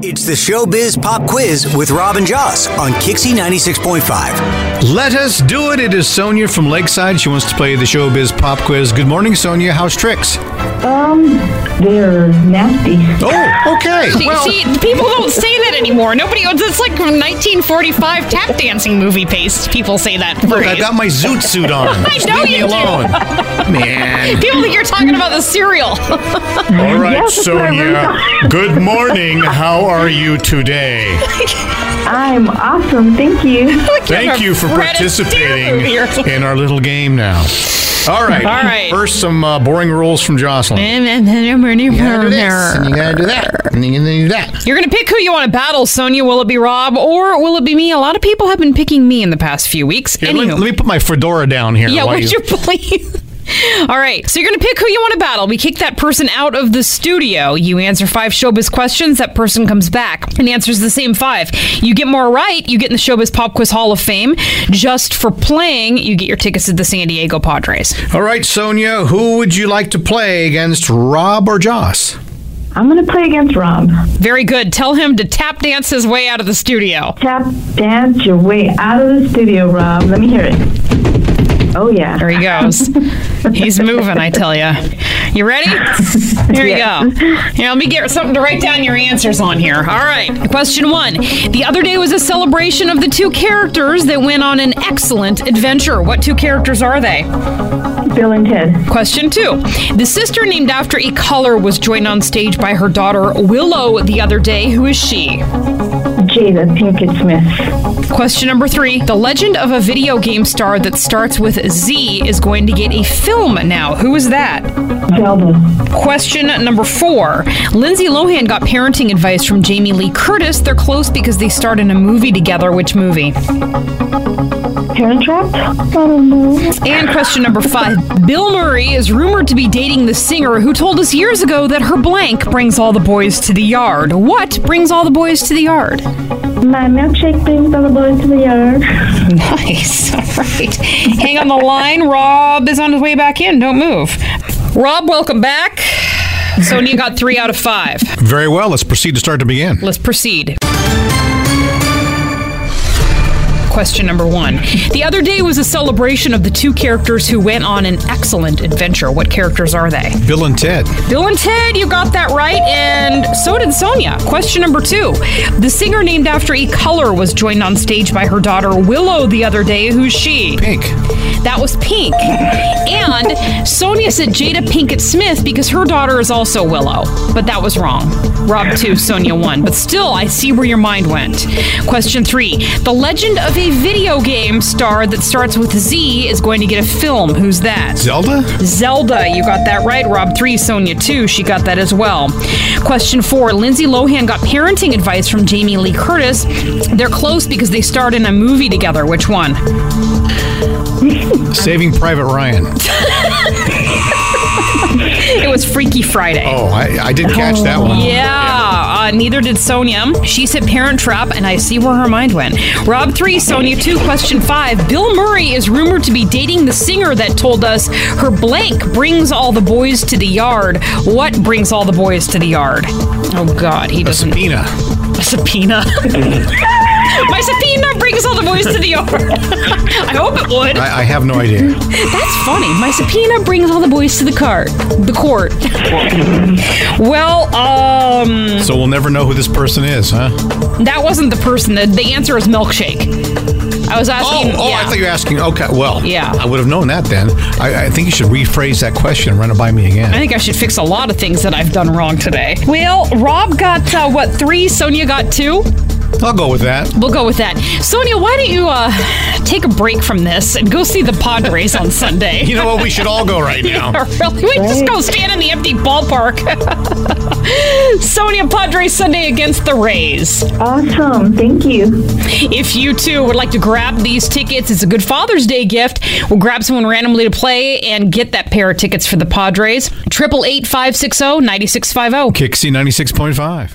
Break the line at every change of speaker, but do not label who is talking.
It's the Showbiz Pop Quiz with Robin Joss on Kixie 96.5.
Let us do it. It is Sonia from Lakeside. She wants to play the Showbiz Pop Quiz. Good morning, Sonia. How's tricks?
Um, they're nasty.
Oh, okay.
She, she, people don't say that anymore. Nobody. It's like 1945 tap dancing movie paste. People say that
look,
phrase.
I've got my zoot suit on.
I
Just
know
leave me
you do.
alone. Man.
people think you're talking about the cereal.
All right,
Yes, it's my
Sonia.
room.
Good morning. How are you today?
I'm awesome. Thank you.
Thank you for
Fred and Steve
participating
over here.
in our little game now. All right.
All right.
First, some uh, boring rules from Jocelyn.
you're
you gotta do that, and then you do that.
gonna pick who you want to battle, Sonia. Will it be Rob or will it be me? A lot of people have been picking me in the past few weeks.
Here, let,
Anywho.
let me put my fedora down here.
Yeah,
while
would you please? All right, so you're going to pick who you want to battle. We kick that person out of the studio. You answer five showbiz questions. That person comes back and answers the same five. You get more right, you get in the Showbiz Pop Quiz Hall of Fame. Just for playing, you get your tickets to the San Diego Padres.
All right, Sonia, who would you like to play against, Rob or Joss?
I'm gonna play against Rob.
Very good. Tell him to tap dance his way out of the studio.
Tap dance your way out of the studio, Rob. Let me hear it. Oh yeah.
There he goes. He's moving, I tell you. You ready? Here you go. Here, let me get something to write down your answers on here. All right. Question one. The other day was a celebration of the two characters that went on an excellent adventure. What two characters are they?
Bill and Ted.
Question two. The sister named after a color was joined on stage by her daughter Willow the other day. Who is she?
Jada Pinkett Smith.
Question number three. The legend of a video game star that starts with Z is going to get a film now. Who is that?
Zelda.
Question number four. Lindsay Lohan got parenting advice from Jamie Lee Curtis. They're close because they starred in a movie together. Which movie?
Parent Trap. I don't know.
And question number five. Bill Murray is rumored to be dating the singer who told us years ago that her blank brings all the boys to the yard. What brings all the boys to the yard?
My milkshake brings all the boys to the yard.
Nice. All right. Hang on the line. Rob is on his way back in. Don't move. Rob, welcome back. Sonia got three out of five.
Very well. Let's proceed to start to begin.
Let's proceed. Question number one. The other day was a celebration of the two characters who went on an excellent adventure. What characters are they?
Bill and Ted.
Bill and Ted, you got that right, and so did Sonia. Question number two. The singer named after a color was joined on stage by her daughter Willow the other day. Who's she?
Pink.
That was pink. And Sonia said Jada Pinkett Smith because her daughter is also Willow. But that was wrong. Rob 2, Sonia 1. But still, I see where your mind went. Question 3. The legend of a video game star that starts with Z is going to get a film. Who's that?
Zelda?
Zelda, you got that right. Rob 3, Sonia 2, she got that as well. Question 4 Lindsay Lohan got parenting advice from Jamie Lee Curtis. They're close because they starred in a movie together. Which one?
Saving Private Ryan.
It It was Freaky Friday.
Oh, I, I did catch that one.
Yeah, uh, neither did Sonia. She said Parent Trap, and I see where her mind went. Rob 3, Sonia 2, question 5. Bill Murray is rumored to be dating the singer that told us her blank brings all the boys to the yard. What brings all the boys to the yard? Oh, God, he
A
doesn't.
subpoena.
A subpoena. My subpoena brings all the boys to the yard. I hope it would.
I, I have no idea.
That's funny. My subpoena brings all the boys to the cart, the court. well, um,
So we'll never know who this person is, huh?
that wasn't the person. The, the answer is milkshake. I was
Oh,
asking.
oh!
yeah.
I thought you were asking. Okay, well,
Yeah.
I would have known that then. I, I think you should rephrase that question and run it by me again.
I think I should fix a lot of things that I've done wrong today. Well, Rob got uh, what three? Sonia got two.
I'll go with that.
We'll go with that. Sonia, why don't you uh, take a break from this and go see the Padres on Sunday?
You know what? We should all go right now.
really? We just go stand in the empty ballpark. Sonia Padres Sunday against the Rays.
Awesome. Thank you.
If you too would like to grab these tickets, it's a good Father's Day gift. We'll grab someone randomly to play and get that pair of tickets for the Padres. 888 560 9650.
Kixie 96.5.